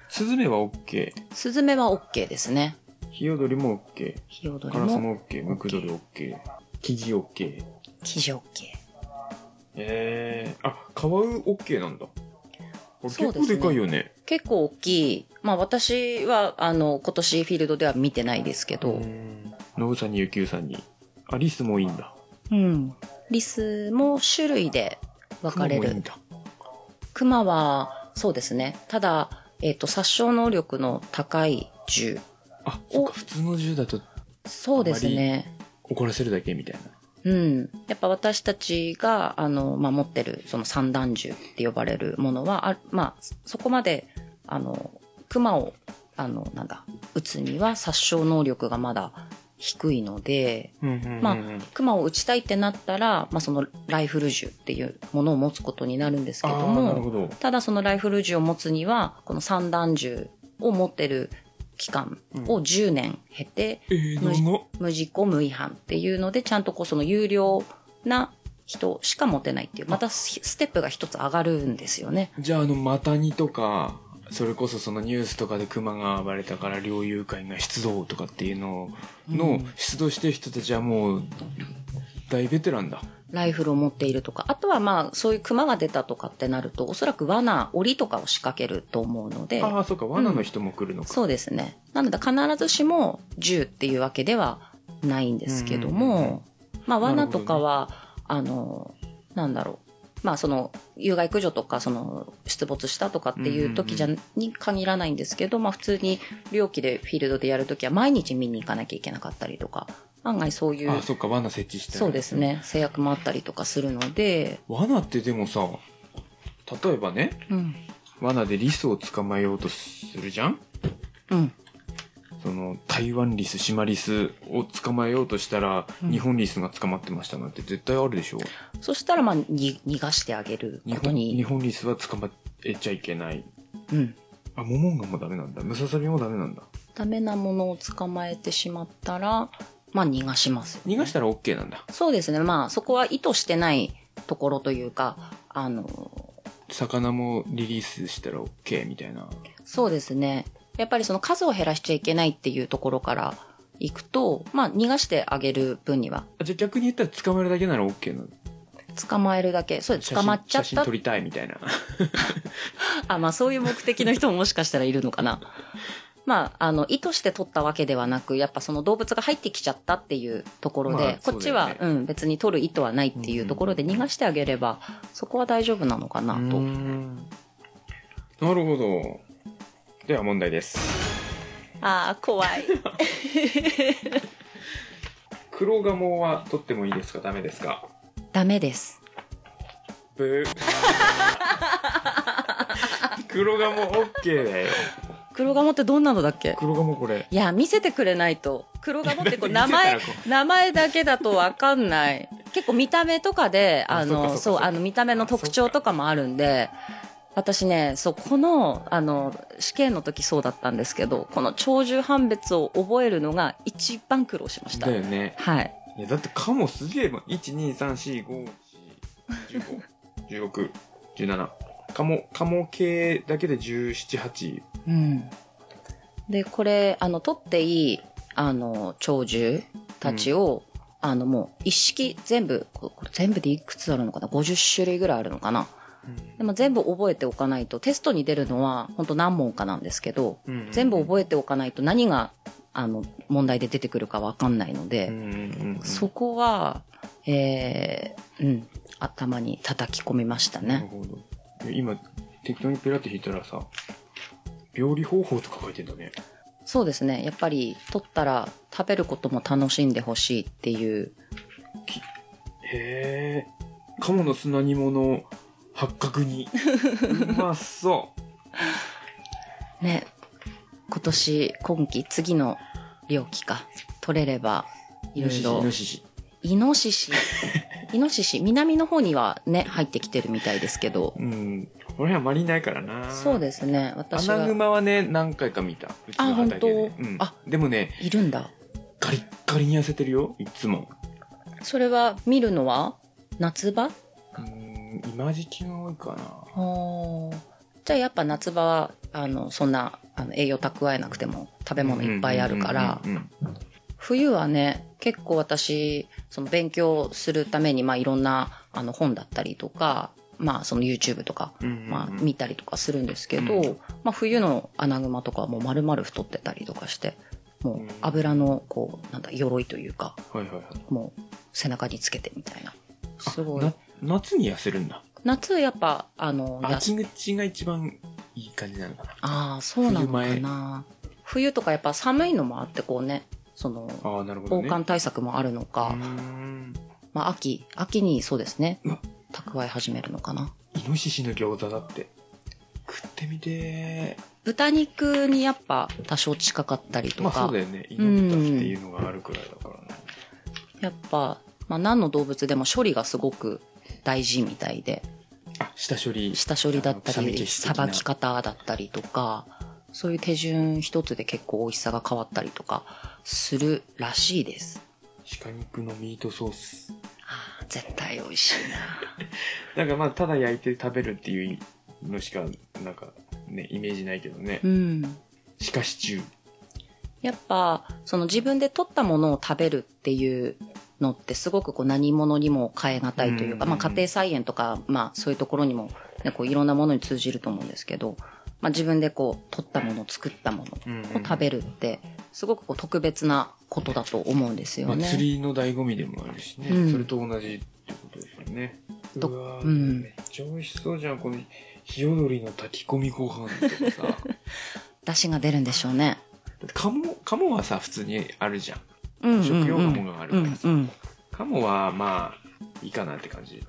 Speaker 2: スズメは OK。
Speaker 5: スズメは OK ですね。
Speaker 2: ヒヨドリも OK。
Speaker 5: ヒヨドリ
Speaker 2: カラス
Speaker 5: も、
Speaker 2: も OK。ムクドリ OK。キジ OK。
Speaker 5: キジ OK。
Speaker 2: えー、あ、カワウ OK なんだ。これ結
Speaker 5: そうです
Speaker 2: 構
Speaker 5: ね
Speaker 2: でかいよね。
Speaker 5: 結構大きい。まあ私は、あの、今年フィールドでは見てないですけど、
Speaker 2: ノブさんにユキウさんに。アリスもいいんだ。
Speaker 5: うん。リスも種類で分かれ
Speaker 2: クモもいいん
Speaker 5: る。
Speaker 2: だ。
Speaker 5: クマは、そうですね。ただ、えっ、と、殺傷能力の高い銃。
Speaker 2: あ、そっか、普通の銃だと
Speaker 5: そうですね。
Speaker 2: 怒らせるだけみたいな。
Speaker 5: うん。やっぱ私たちが、あの、まあ、持ってる、その散弾銃って呼ばれるものは、あまあ、そこまで、あの、クマを、あの、なんだ、撃つには殺傷能力がまだ低いので、まあクマを撃ちたいってなったら、まあ、そのライフル銃っていうものを持つことになるんですけど
Speaker 2: あーなるほ
Speaker 5: も
Speaker 2: ど。
Speaker 5: ただそのライフル銃を持つにはこの散弾銃を持ってる期間を10年経て、
Speaker 2: えー、長っ
Speaker 5: 無事故無違反っていうのでちゃんとこうその有料な人しか持てないっていうまたスステップが一つ上がるんですよね。
Speaker 2: じゃああのマタニとかそれこそそのニュースとかでクマが暴れたから猟友会が出動とかっていうのの、
Speaker 5: うん
Speaker 2: 出動してる人たちはもう大ベテランだ
Speaker 5: ライフルを持っているとかあとはまあそういうクマが出たとかってなるとおそらく罠檻とかを仕掛けると思うので。
Speaker 2: ああそうか罠の人も来るのか、
Speaker 5: そうですね。なので必ずしも銃っていうわけではないんですけども、
Speaker 2: うんうんうん
Speaker 5: まあ
Speaker 2: な
Speaker 5: 罠
Speaker 2: るほど
Speaker 5: と
Speaker 2: ね
Speaker 5: かは、あの、なんだろう。まあその、有害駆除とか、その、出没したとかっていう時じゃ、
Speaker 2: うん
Speaker 5: に限らないんですけど、まあ普通に猟奇でフィールドでやるときは毎日見に行かなきゃいけなかったりとか、案外そういう
Speaker 2: あ、あそうか罠設置してある
Speaker 5: そうですね、制約もあったりとかするので、
Speaker 2: 罠ってでもさ例えばね
Speaker 5: うん。
Speaker 2: 罠でリスを捕まえようとするじゃん
Speaker 5: うん。
Speaker 2: その台湾リスシマリスを捕まえようとしたら、
Speaker 5: うん
Speaker 2: 日本リスが捕まってましたなんて絶対あるでしょ
Speaker 5: そしたら、まあ、に逃がしてあげる
Speaker 2: 日
Speaker 5: こと
Speaker 2: 本日
Speaker 5: に、
Speaker 2: 本リスは捕まえちゃいけない
Speaker 5: うん。
Speaker 2: あ、モモンガもダメなんだ。ムササビもダメなんだ。
Speaker 5: ダメなものを捕まえてしまったら、まあ逃がしますよね、
Speaker 2: 逃がしたら OK なんだ。
Speaker 5: そうですね。まあそこは意図してないところというか、あの、
Speaker 2: 魚もリリースしたら OK みたいな。
Speaker 5: そうですね。やっぱりその数を減らしちゃいけないっていうところから行くと、まあ逃がしてあげる分には、
Speaker 2: あ、じゃあ逆に言ったら捕まえるだけなら OK なの
Speaker 5: 捕まえるだけ、そうです。捕まっちゃっ
Speaker 2: 写真写真
Speaker 5: た
Speaker 2: 撮。りたいみたいな。
Speaker 5: あ、まあそういう目的の人ももしかしたらいるの かな。まあ、あの、意図して取ったわけではなく、やっぱその動物が入ってきちゃったっていうところで、
Speaker 2: まあ
Speaker 5: こっ
Speaker 2: そ
Speaker 5: ち
Speaker 2: うだよ
Speaker 5: は
Speaker 2: ね、
Speaker 5: うん、別に取る意図はないっていうところで逃がしてあげれば、そこは大丈夫なのかなと。
Speaker 2: なるほど。では問題です。
Speaker 5: ああ、怖い。
Speaker 2: 黒ガモは取ってもいいですか ダメですか
Speaker 5: ダメです。
Speaker 2: ブー。黒ガモ OK だよ。
Speaker 5: 黒ガモってどんなのだっけ
Speaker 2: 黒ガモこれ。
Speaker 5: いや、見せてくれないと。黒ガモってこう名
Speaker 2: 見
Speaker 5: 前
Speaker 2: せたらこ、
Speaker 5: 名前だけだとわかんない。結構見た目とかで、
Speaker 2: あ
Speaker 5: あ
Speaker 2: そうかそう
Speaker 5: の、
Speaker 2: か
Speaker 5: そう
Speaker 2: そう、か
Speaker 5: あの、見た目の特
Speaker 2: あそ
Speaker 5: 徴
Speaker 2: うか
Speaker 5: とかもあるんで、私ね、そう、この、あの、試験の時そうだったんですけど、この鳥獣判別を覚えるのが一番苦労しました
Speaker 2: だ。よね。
Speaker 5: はい。
Speaker 2: いや、だってカモすげえもん。1、2、3、4、5、4、15、16、17。カモ、カモ系だけで17、8。
Speaker 5: うん。で、これ、あの、取っていい、あの、鳥獣たちを、あのもう一式全部、ここれ全部でいくつあるのかな ?50 種類ぐらいあるのかなでも全部覚えておかないと、テストに出るのは本当何問かなんですけど、
Speaker 2: うん
Speaker 5: 全部覚えておかないと何が、あの、問題で出てくるかわかんないので、
Speaker 2: うんうんうん
Speaker 5: そこは、えー、うん、頭に叩き込みました
Speaker 2: なる
Speaker 5: ね。
Speaker 2: ほどえ今適当にペラって引いたらさ料理方法とか書いてんだね
Speaker 5: そうですね。やっぱり、取ったら食べることも楽しんでほしいっていう、
Speaker 2: へえ鴨の砂煮物八角 にうまそ
Speaker 5: ね、今年、今季、次の猟期か、取れれば、
Speaker 2: う
Speaker 5: いろいろ
Speaker 2: イノ。シシ
Speaker 5: イノシシ。イノシシ、南の方にはね、入ってきてるみたいですけど。
Speaker 2: うんこれはあまりないからな
Speaker 5: そうですね、私
Speaker 2: アナ
Speaker 5: は
Speaker 2: グ。マはね何回か見たうちの畑で
Speaker 5: あ本当
Speaker 2: うん、
Speaker 5: あ
Speaker 2: でもね
Speaker 5: いるんだ。
Speaker 2: ガリッガリに痩せてるよいつも
Speaker 5: それは見るのは夏場
Speaker 2: うん今時期が多いかな
Speaker 5: じゃあやっぱ夏場は、あの、そんな、あの、栄養蓄えなくても食べ物いっぱいあるから
Speaker 2: う、んうんうん
Speaker 5: 冬はね、結構私、その勉強するために、まあいろんな、あの、本だったりとか、まあその YouTube とか、
Speaker 2: うんうんうん
Speaker 5: まあ見たりとかするんですけど、
Speaker 2: う
Speaker 5: まあ冬のアナグマとかはもう丸々太ってたりとかして、も
Speaker 2: うん
Speaker 5: う油の、こう、なんだ、鎧というか、
Speaker 2: はいはいはい
Speaker 5: もう背中につけてみたいな。すごい
Speaker 2: な。夏に痩せるんだ
Speaker 5: 夏やっぱ、あの、や
Speaker 2: 秋口が一番いい感じなのかな
Speaker 5: ああ、そうなのかな。冬とかやっぱ寒いのもあってこうね、その、
Speaker 2: ああなるほど
Speaker 5: 防
Speaker 2: ね
Speaker 5: 寒対策もあるの
Speaker 2: う
Speaker 5: か、
Speaker 2: ーん
Speaker 5: まあ秋、秋にそうですね
Speaker 2: うん、
Speaker 5: 蓄え始めるのかな。
Speaker 2: イノシシの餃子だって食ってみて
Speaker 5: 豚肉にやっぱ多少近かったりと
Speaker 2: まあ
Speaker 5: か、
Speaker 2: そうだよねイノブタっていうのがあるくらいだからね
Speaker 5: やっぱ、まあ何の動物でも処理がすごく大事みたいで、
Speaker 2: あ下処理
Speaker 5: 下処理だった
Speaker 2: あの臭み
Speaker 5: り、
Speaker 2: 消し的
Speaker 5: さ
Speaker 2: な
Speaker 5: ばき方だったりとか、そういう手順一つで結構美味しさが変わったりとかするらしいです。
Speaker 2: 鹿肉のミートソース
Speaker 5: ああ、絶対美味しいな。
Speaker 2: なんかまあただ焼いて食べるっていうのしかなんかねイメージないけどね
Speaker 5: うん。
Speaker 2: 鹿シチュー
Speaker 5: やっぱ、その自分で取ったものを食べるっていうのってすごくこう何物にも変え難いというか、
Speaker 2: うん
Speaker 5: まあ家庭菜園とか、まあそういうところにも、ね、こういろんなものに通じると思うんですけど、まあ自分でこう取ったもの、作ったもの
Speaker 2: うんうん
Speaker 5: を食べるって、すごくこう特別なことだと思うんですよ
Speaker 2: まあ、
Speaker 5: ね。
Speaker 2: 釣りの醍醐味でもあるしね、
Speaker 5: うん
Speaker 2: それと同じってことですよね
Speaker 5: と
Speaker 2: うわー
Speaker 5: うん
Speaker 2: めっちゃ美味しそうじゃんこのひよどりの炊き込みご飯とかさ だ
Speaker 5: 出汁が出るんでしょうね。
Speaker 2: って鴨鴨はさ普通にあるじゃん
Speaker 5: うんうんうん、
Speaker 2: 食用鴨があるからさ
Speaker 5: うん
Speaker 2: 鴨はまあいいかなって感じ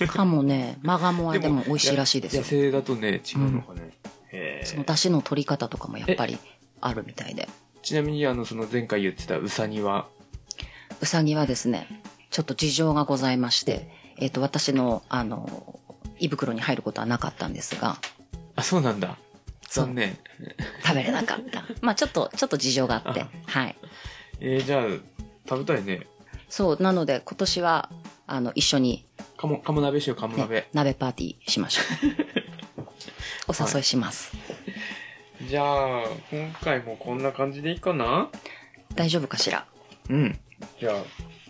Speaker 5: うん。かもね、マガモはでも美味しいらしいです
Speaker 2: 野
Speaker 5: よ。
Speaker 2: 生だとね違うのかね、へー
Speaker 5: その出汁の取り方とかもやっぱりあるみたいで。
Speaker 2: ちなみにあのその前回言ってたウサギは
Speaker 5: うさぎはですね、ちょっと事情がございまして、えっ、と、私の、あの、胃袋に入ることはなかったんですが、
Speaker 2: あそうなんだ
Speaker 5: そう
Speaker 2: 残念
Speaker 5: 食べれなか った。まあちょっと、ちょっと事情があって
Speaker 2: あ、
Speaker 5: はい。
Speaker 2: えー、じゃあ食べたいね
Speaker 5: そう、なので今年は、あの、一緒に、
Speaker 2: 鴨鴨鍋しよう鴨
Speaker 5: ね、
Speaker 2: 鍋
Speaker 5: 鍋パーティーしましょ う。お誘いします。
Speaker 2: じゃあ今回もこんな感じでいいかな
Speaker 5: 大丈夫かしら
Speaker 2: うん。じゃあ、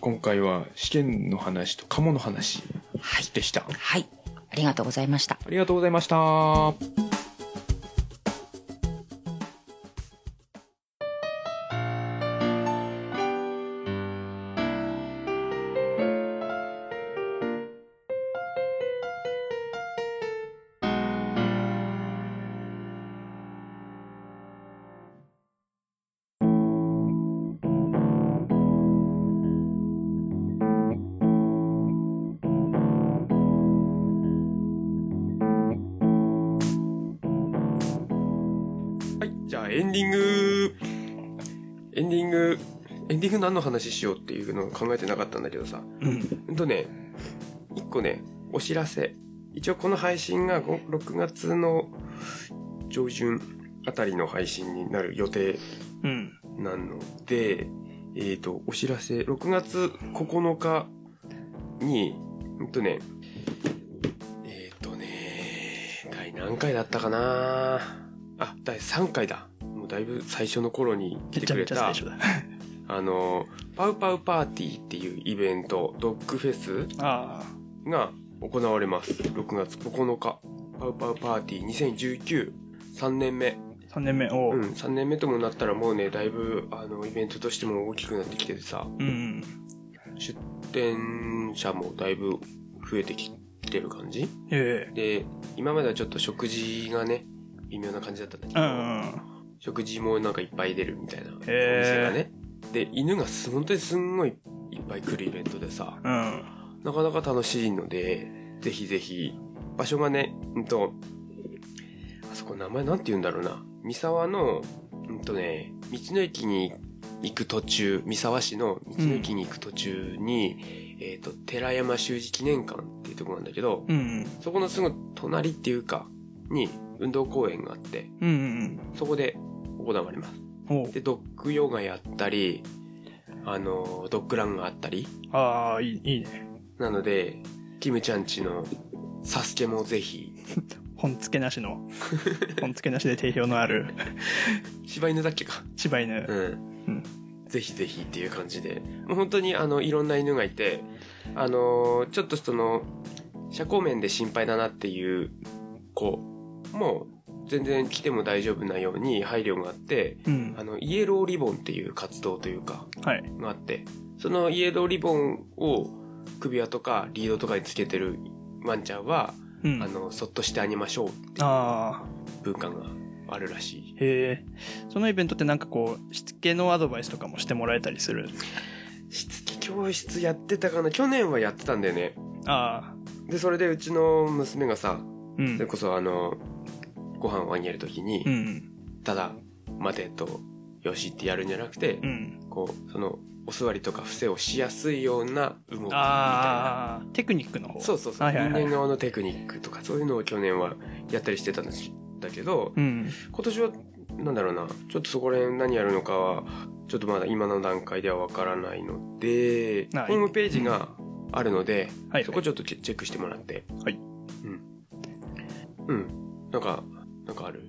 Speaker 2: 今回は試験の話とカモの話
Speaker 5: はい。
Speaker 2: でした。
Speaker 5: はい。ありがとうございました。
Speaker 2: ありがとうございました。
Speaker 4: はい、じゃあエンディングエンディングエンディング何の話しようっていうのを考えてなかったんだけどさ
Speaker 3: うん。
Speaker 4: うんとね一個ねお知らせ一応この配信がご6月の上旬あたりの配信になる予定
Speaker 3: うん。
Speaker 4: なので、えっ、と、お知らせ、6月9日に、うんとね、えっ、とね、第何回だったかなあ、第3回だ。もうだいぶ最初の頃に来
Speaker 3: め
Speaker 4: て
Speaker 3: ちゃ
Speaker 4: く
Speaker 3: め
Speaker 4: れ
Speaker 3: ちゃ
Speaker 4: た、
Speaker 3: 最初だ。
Speaker 2: あの、パウパウパーティーっていうイベント、ドッグフェス
Speaker 3: あ
Speaker 2: が行われます。6月9日。パウパウパーティー2019。3年目。
Speaker 3: あ、3年目。おう。
Speaker 2: う
Speaker 3: うん
Speaker 2: ん、3年目ともなったらもうね、だいぶ、あの、イベントとしても大きくなってきててさ、
Speaker 3: うん。
Speaker 2: 出店者もだいぶ増えてきてる感じ
Speaker 3: え
Speaker 2: で、今まではちょっと食事がね、微妙な感じだったんだけ
Speaker 3: え。う
Speaker 2: ど、
Speaker 3: んうん。
Speaker 2: 食事もなんかいっぱい出るみたいなお
Speaker 3: へー
Speaker 2: 店がね。で、犬がす本当にすんごいいっぱい来るイベントでさ、
Speaker 3: うん。
Speaker 2: なかなか楽しいので、ぜひぜひ、場所がね、うんと、あそこ名前なんて言うんだろうな。三沢の、うんとね、道の駅に行く途中、三沢市の道の駅に行く途中に、えっ、と、寺山修司記念館っていうとこなんだけど、
Speaker 3: うん。
Speaker 2: そこのすぐ隣っていうか、に運動公園があって、
Speaker 3: うんうん
Speaker 2: そこで行われます。
Speaker 3: うん。おう。
Speaker 2: で、ドッグヨガやったり、あの、ドッグランがあったり。
Speaker 3: ああ、いい、いいね。
Speaker 2: なので、キムちゃんちのサスケもぜひ、
Speaker 3: 本付けなし の。本付けなしで定評のある
Speaker 2: 柴犬だっけか。
Speaker 3: 柴犬。
Speaker 2: うん。ぜひぜひっていう感じで。もう本当にあの、いろんな犬がいて、あの、ちょっとその、社交面で心配だなっていう子も、全然来ても大丈夫なように配慮があって、
Speaker 3: うん
Speaker 2: あ。の、イエローリボンっていう活動というか、
Speaker 3: はい。
Speaker 2: があって、そのイエローリボンを首輪とかリードとかにつけてるワンちゃんは、
Speaker 3: うん。
Speaker 2: あの、そっとしてあげましょうっていう
Speaker 3: ああ。
Speaker 2: 文化があるらしい。
Speaker 3: へえ。そのイベントってなんかこう、しつけのアドバイスとかもしてもらえたりする。
Speaker 2: しつけ教室やってたかな去年はやってたんだよね。
Speaker 3: ああ。
Speaker 2: で、それでうちの娘がさ、
Speaker 3: う
Speaker 2: それ
Speaker 3: ん。
Speaker 2: こそあの、ご飯をあげるときに、
Speaker 3: うん。
Speaker 2: ただ、待てと、よしってやるんじゃなくて、
Speaker 3: うん。
Speaker 2: こう、その、お座りとか伏せをしやすいような動きみたいな。
Speaker 3: ああ。テクニックの方。
Speaker 2: そうそうそう、
Speaker 3: はいはいはい
Speaker 2: 人間側のテクニックとかそういうのを去年はやったりしてたんですだけど
Speaker 3: うん。
Speaker 2: 今年はなんだろうなちょっとそこら辺何やるのかはちょっとまだ今の段階ではわからないので
Speaker 3: はい
Speaker 2: ホームページがあるので、
Speaker 3: はい。
Speaker 2: そこちょっとチェチェックしてもらって
Speaker 3: はい
Speaker 2: うん、うん、なんかなんか ある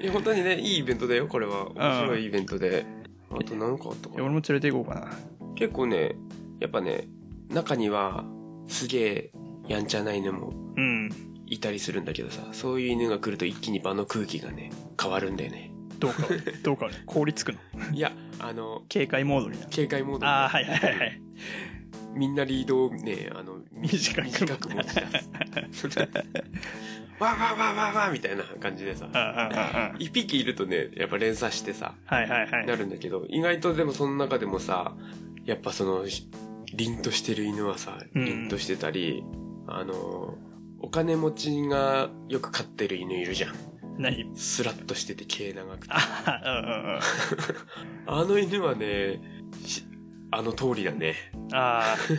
Speaker 2: いや本当にねいいイベントだよこれは面白いイベントであと何かあった
Speaker 3: い
Speaker 2: か
Speaker 3: や俺
Speaker 2: な
Speaker 3: も連れて行こうかな。
Speaker 2: 結構ねやっぱね中にはすげえやんちゃな犬も
Speaker 3: うん。
Speaker 2: いたりするんだけどさそういう犬が来ると一気に場の空気がね変わるんだよ ね
Speaker 3: ど うか、どうか、凍りつくの。
Speaker 2: いやあの
Speaker 3: 警戒モードになる。
Speaker 2: 警戒モード
Speaker 3: ああ、はいはいはいはい。
Speaker 2: みんなリードをねあのみ
Speaker 3: 短く
Speaker 2: 短く持ち 出すわーわーわーわーわーみたいな感じでさ
Speaker 3: ああ、ああ、あ
Speaker 2: 一匹いるとねやっぱ連鎖してさ
Speaker 3: あ。はいはいはい。
Speaker 2: なるんだけど意外とでもその中でもさやっぱそのし凛としてる犬はさ
Speaker 3: うん
Speaker 2: 凛としてたり、あのお金持ちがよく飼ってる犬いるじゃん
Speaker 3: 何
Speaker 2: スラッとしてて毛長くて
Speaker 3: ああ、うんうんうん。
Speaker 2: あの犬はねしあの通りだね
Speaker 3: ああ。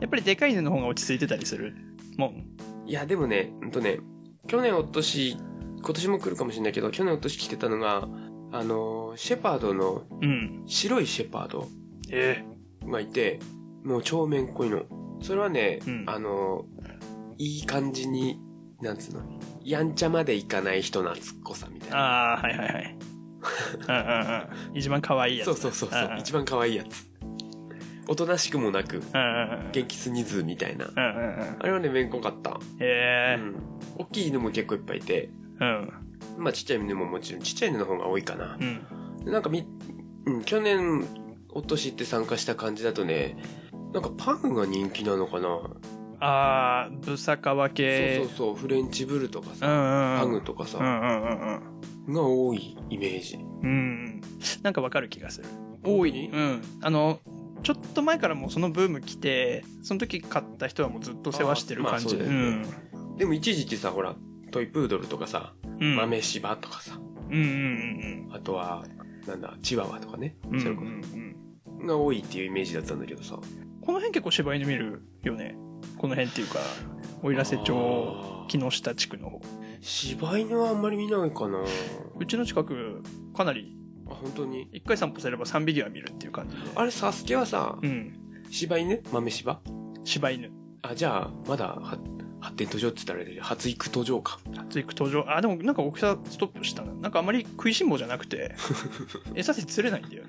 Speaker 3: やっぱりでかい犬の方が落ち着いてたりするもん。
Speaker 2: いやでもねうんとね去年おとし今年も来るかもしれないけど去年おとし来てたのがあのシェパードの
Speaker 3: うん。
Speaker 2: 白いシェパード
Speaker 3: え
Speaker 2: がいて、もう超めんこいの。それはね、
Speaker 3: うん
Speaker 2: あの、いい感じに、なんつうの、やんちゃまでいかない人懐っこさみたい
Speaker 3: え
Speaker 2: な。
Speaker 3: ああ、はいはいはい。うんうんうん。一番可愛いやつ。
Speaker 2: そうそうそうそう、一番可愛いやつ。おとなしくもなく、
Speaker 3: うんうんうん。
Speaker 2: 元気すぎずみたいな。
Speaker 3: うんうんうん。
Speaker 2: あれはね、めんこかった。う
Speaker 3: ええ。
Speaker 2: ん。大きい犬も結構いっぱいいて、
Speaker 3: うん。
Speaker 2: まあちっちゃい犬ももちろん、ちっちゃい犬の方が多いかな
Speaker 3: う。ん。
Speaker 2: でなんかみ、うん、去年、お年って参加した感じだとね、なんかパンが人気なのかな
Speaker 3: ああ、ブサカワ系。
Speaker 2: そうそうそう、フレンチブルとかさ、
Speaker 3: うんうんうん。
Speaker 2: ハグとか
Speaker 3: う
Speaker 2: さ、
Speaker 3: んうんうんうん。
Speaker 2: が多いイメージ。
Speaker 3: うん。なんかわかる気がする。
Speaker 2: 多い
Speaker 3: うん。あの、ちょっと前からもうそのブーム来て、その時買った人はもうずっと世話してる感じ
Speaker 2: あ
Speaker 3: で。
Speaker 2: ーまあそうだよねでも一時期さ、ほら、トイプードルとかさ、
Speaker 3: うん。うん。
Speaker 2: 豆柴とかさ、
Speaker 3: うんうんうん
Speaker 2: あとは、なんだ、チワワとかね、
Speaker 3: うん。うん
Speaker 2: それ
Speaker 3: う
Speaker 2: こ
Speaker 3: んうん
Speaker 2: そが多いっていうイメージだったんだけどさ。
Speaker 3: この辺結構柴犬見るよね。この辺っていうか、奥入瀬町、
Speaker 2: あ
Speaker 3: 木
Speaker 2: ー
Speaker 3: 下地区の方。
Speaker 2: 柴犬はあんまり見ないかな。
Speaker 3: うちの近く、かなり、
Speaker 2: あ、本当に。
Speaker 3: 一回散歩すれば3匹は見るっていう感じで。
Speaker 2: あれ、サスケはさ
Speaker 3: う、ん。
Speaker 2: 柴犬豆柴
Speaker 3: 柴犬。
Speaker 2: あ、じゃあ、まだ、は、
Speaker 4: 発展途上って言ったらあれだけど発育途上か
Speaker 3: 発育途上あでもなんか大きさストップしたななんかあまり食いしん坊じゃなく て餌で釣れないんだよ、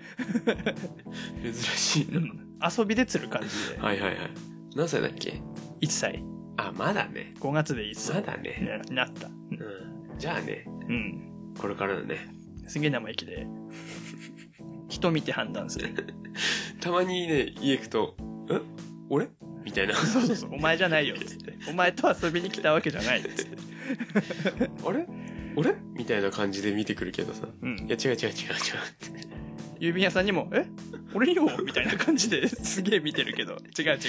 Speaker 4: 珍しいな
Speaker 3: 遊びで釣る感じで
Speaker 4: はいはいはい何歳だっけ
Speaker 3: 1歳
Speaker 4: あまだね
Speaker 3: 5月で1
Speaker 4: ま
Speaker 3: 歳
Speaker 4: だね
Speaker 3: になったうん
Speaker 4: うんじゃあね
Speaker 3: うん
Speaker 4: これからだね
Speaker 3: すげえ生意気で人見て判断す る
Speaker 4: たまにね家行くと「え俺?」みたいな「
Speaker 3: そうそうそうお前じゃないよっつってお前と遊びに来たわけじゃないっつって
Speaker 4: あれ俺?」みたいな感じで見てくるけどさ「
Speaker 3: うん
Speaker 4: いや違う違う違う違う」
Speaker 3: 郵便屋さんにも「え俺よ」みたいな感じです げえ見てるけど「違う違う違う」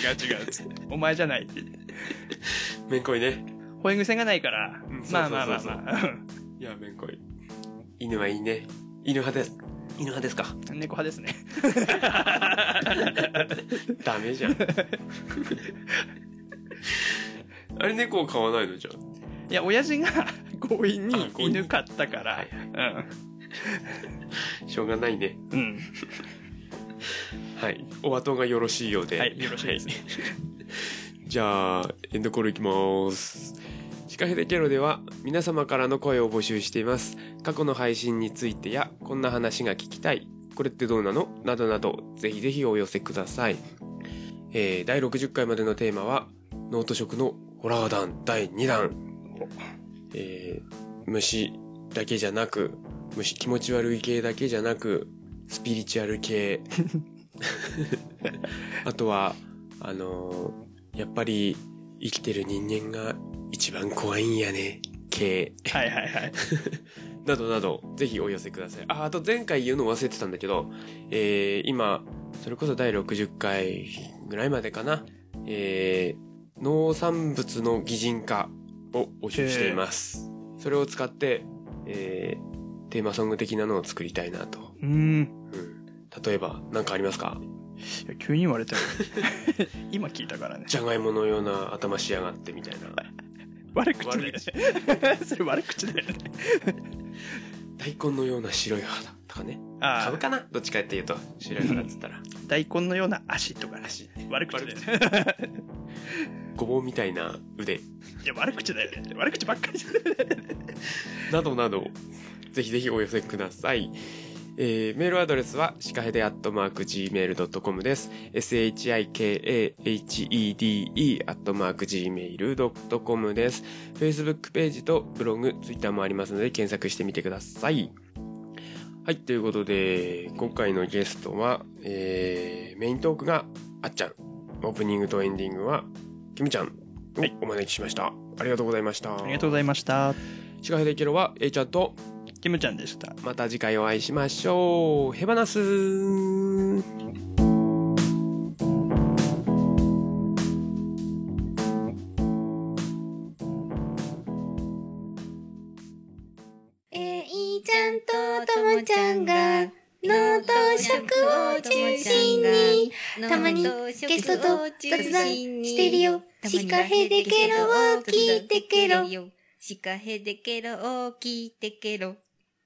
Speaker 3: っつって「お前じゃない」って言って
Speaker 4: めんこいね
Speaker 3: 保育癖がないから、
Speaker 4: ん
Speaker 3: まあまあまあ
Speaker 4: そうそう
Speaker 3: まあうん
Speaker 4: いやめんこい犬はいいね犬派です犬派ですか
Speaker 3: 猫派ですね
Speaker 4: ダメじゃん あれ猫を飼わないのじゃ
Speaker 3: いや親父が 強引
Speaker 4: あ
Speaker 3: に
Speaker 4: 強引に
Speaker 3: 犬飼ったか
Speaker 4: は
Speaker 3: ら
Speaker 4: いあしょうがないね
Speaker 3: うんうん
Speaker 4: はいお後がよろしいようでは
Speaker 3: はいよろしいですね
Speaker 4: じゃあ、エンドコールいきます。シカヘデケロでは皆様からの声を募集しています。過去の配信についてや、こんな話が聞きたい、これってどうなのなどなど、ぜひぜひお寄せください。えー、第60回までのテーマは、ノート色のホラー団第2弾。えー、虫だけじゃなく、虫気持ち悪い系だけじゃなく、スピリチュアル系。 あとは、あのーやっぱり生きてる人間が一番怖いんやね、系。
Speaker 3: はいはいはい
Speaker 4: などなど、ぜひお寄せください。あ、あと前回言うの忘れてたんだけど、えー、今、それこそ第60回ぐらいまでかな、えー、農産物の擬人化を募集しています。それを使って、えー、テーマソング的なのを作りたいなと。
Speaker 3: うん
Speaker 4: うん。例えば、何かありますか
Speaker 3: いや急に言われたよ 今聞いたからね
Speaker 4: じゃがいものような頭しやがってみたいな。
Speaker 3: 悪口だよね それ悪口だよね
Speaker 4: 大根のような白い肌とかね。
Speaker 3: あ
Speaker 4: 株
Speaker 3: あ
Speaker 4: かなどっちかっていうと白い花っつったら
Speaker 3: 大根のような足とかね悪口だよね
Speaker 4: ごぼうみたいな腕
Speaker 3: いや悪口だよね悪口ばっかりじゃない
Speaker 4: などなどぜひぜひお寄せください、えーメールアドレスはシカヘデアットマーク Gmail.com です shikahede アットマーク Gmail.com です Facebook ページとブログ Twitter もありますので検索してみてくださいはいということで今回のゲストは、えーメイントークがあっちゃんオープニングとエンディングはきみちゃんをお招きしました、ありがとうございました
Speaker 3: ありがとうございました
Speaker 4: シカヘデケロは A ちゃんと
Speaker 3: キムちゃんでした
Speaker 4: また次回お会いしましょう。ヘバナス
Speaker 6: えー、いいちゃんとともちゃんが、脳と食を中心に、たまにゲストと雑談してるよ。シカヘデケロを聞いてケロ。シカヘデケロを聞いてケロ。